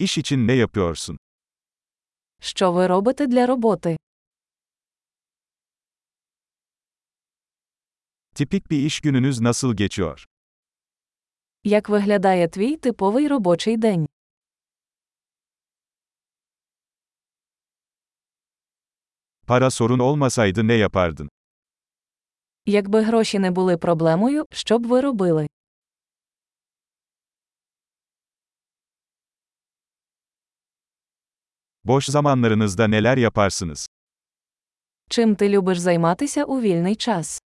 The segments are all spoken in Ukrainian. İş için ne yapıyorsun? Що ви робите для роботи? Tipik bir iş gününüz nasıl geçiyor? Як виглядає твій типовий робочий день? Para sorun olmasaydı ne yapardın? Якби гроші не були проблемою, що б ви робили? Boş zamanlarınızda neler yaparsınız? Чим ти любиш займатися у вільний час?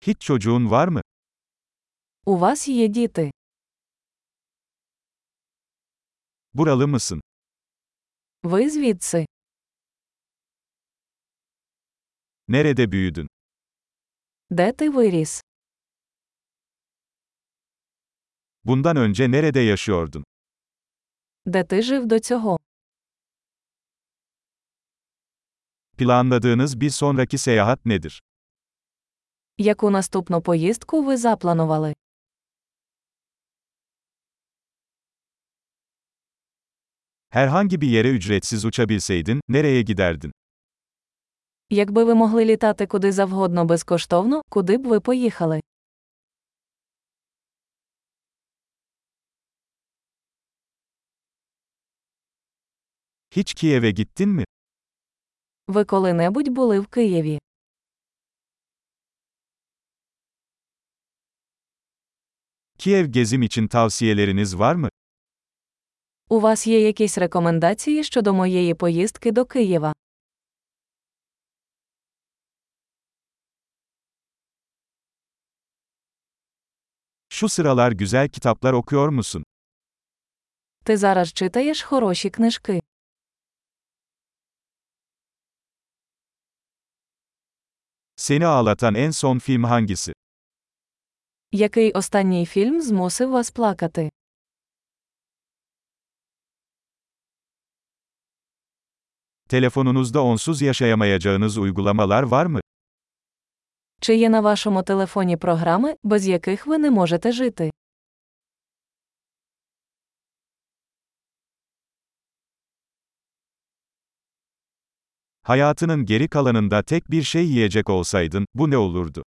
Hiç çocuğun var mı? У вас є діти. Buralı mısın? Ви звідси? Nerede büyüdün? Де ти виріс? Bundan önce nerede yaşıyordun? Де ти жив до цього? Planladığınız bir sonraki seyahat nedir? Яку наступну поїздку ви запланували? Herhangi bir yere ücretsiz uçabilseydin, nereye giderdin? Якби ви могли літати куди завгодно безкоштовно, куди б ви поїхали? Hiç Kiev'e gittin mi? Ви коли-небудь були в Києві? Kiev gezim için tavsiyeleriniz var mı? У вас є якісь рекомендації щодо моєї поїздки до Києва? Şu sıralar güzel kitaplar okuyor musun? Ти зараз читаєш хороші книжки. Seni ağlatan en son film hangisi? Який останній фільм змусив вас плакати? Telefonunuzda onsuz yaşayamayacağınız uygulamalar var mı? Чи є на вашому телефоні програми, без яких ви не можете жити? Hayatının geri kalanında tek bir şey yiyecek olsaydın, bu ne olurdu?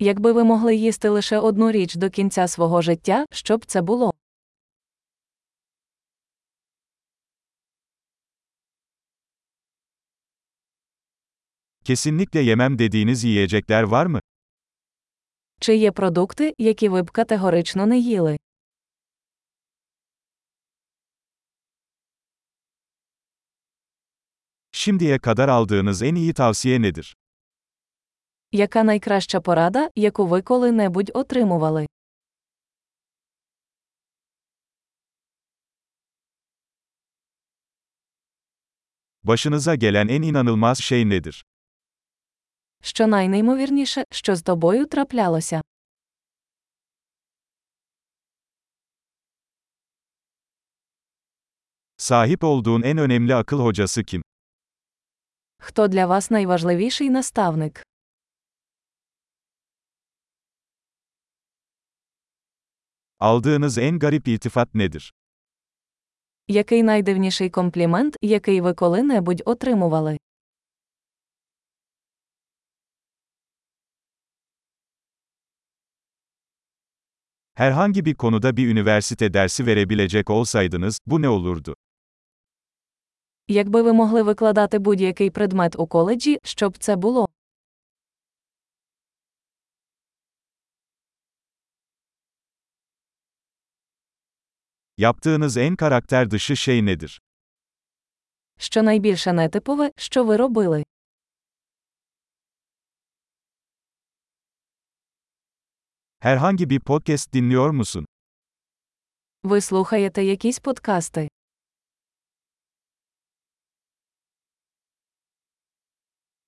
Якби ви могли їсти лише одну річ до кінця свого життя, що б це було? Kesinlikle yemem dediğiniz yiyecekler var mı? Чи є продукти, які ви б категорично не їли? Şimdiye kadar aldığınız en iyi tavsiye nedir? Яка найкраща порада, яку ви коли-небудь отримували? Başınıza gelen en inanılmaz şey nedir? Що найнеймовірніше, що з тобою траплялося? Sahip olduğun en önemli akıl hocası kim? Хто для вас найважливіший наставник? Aldığınız en garip iltifat nedir? Який найдивніший комплімент, який ви коли-небудь отримували? Herhangi bir konuda bir üniversite dersi verebilecek olsaydınız, bu ne olurdu? Якби ви могли викладати будь-який предмет у коледжі, щоб це було? Yaptığınız en karakter dışı şey nedir? Що найбільше нетипове, що ви робили? Herhangi bir podcast dinliyor musun? Ви слухаєте якісь подкасти?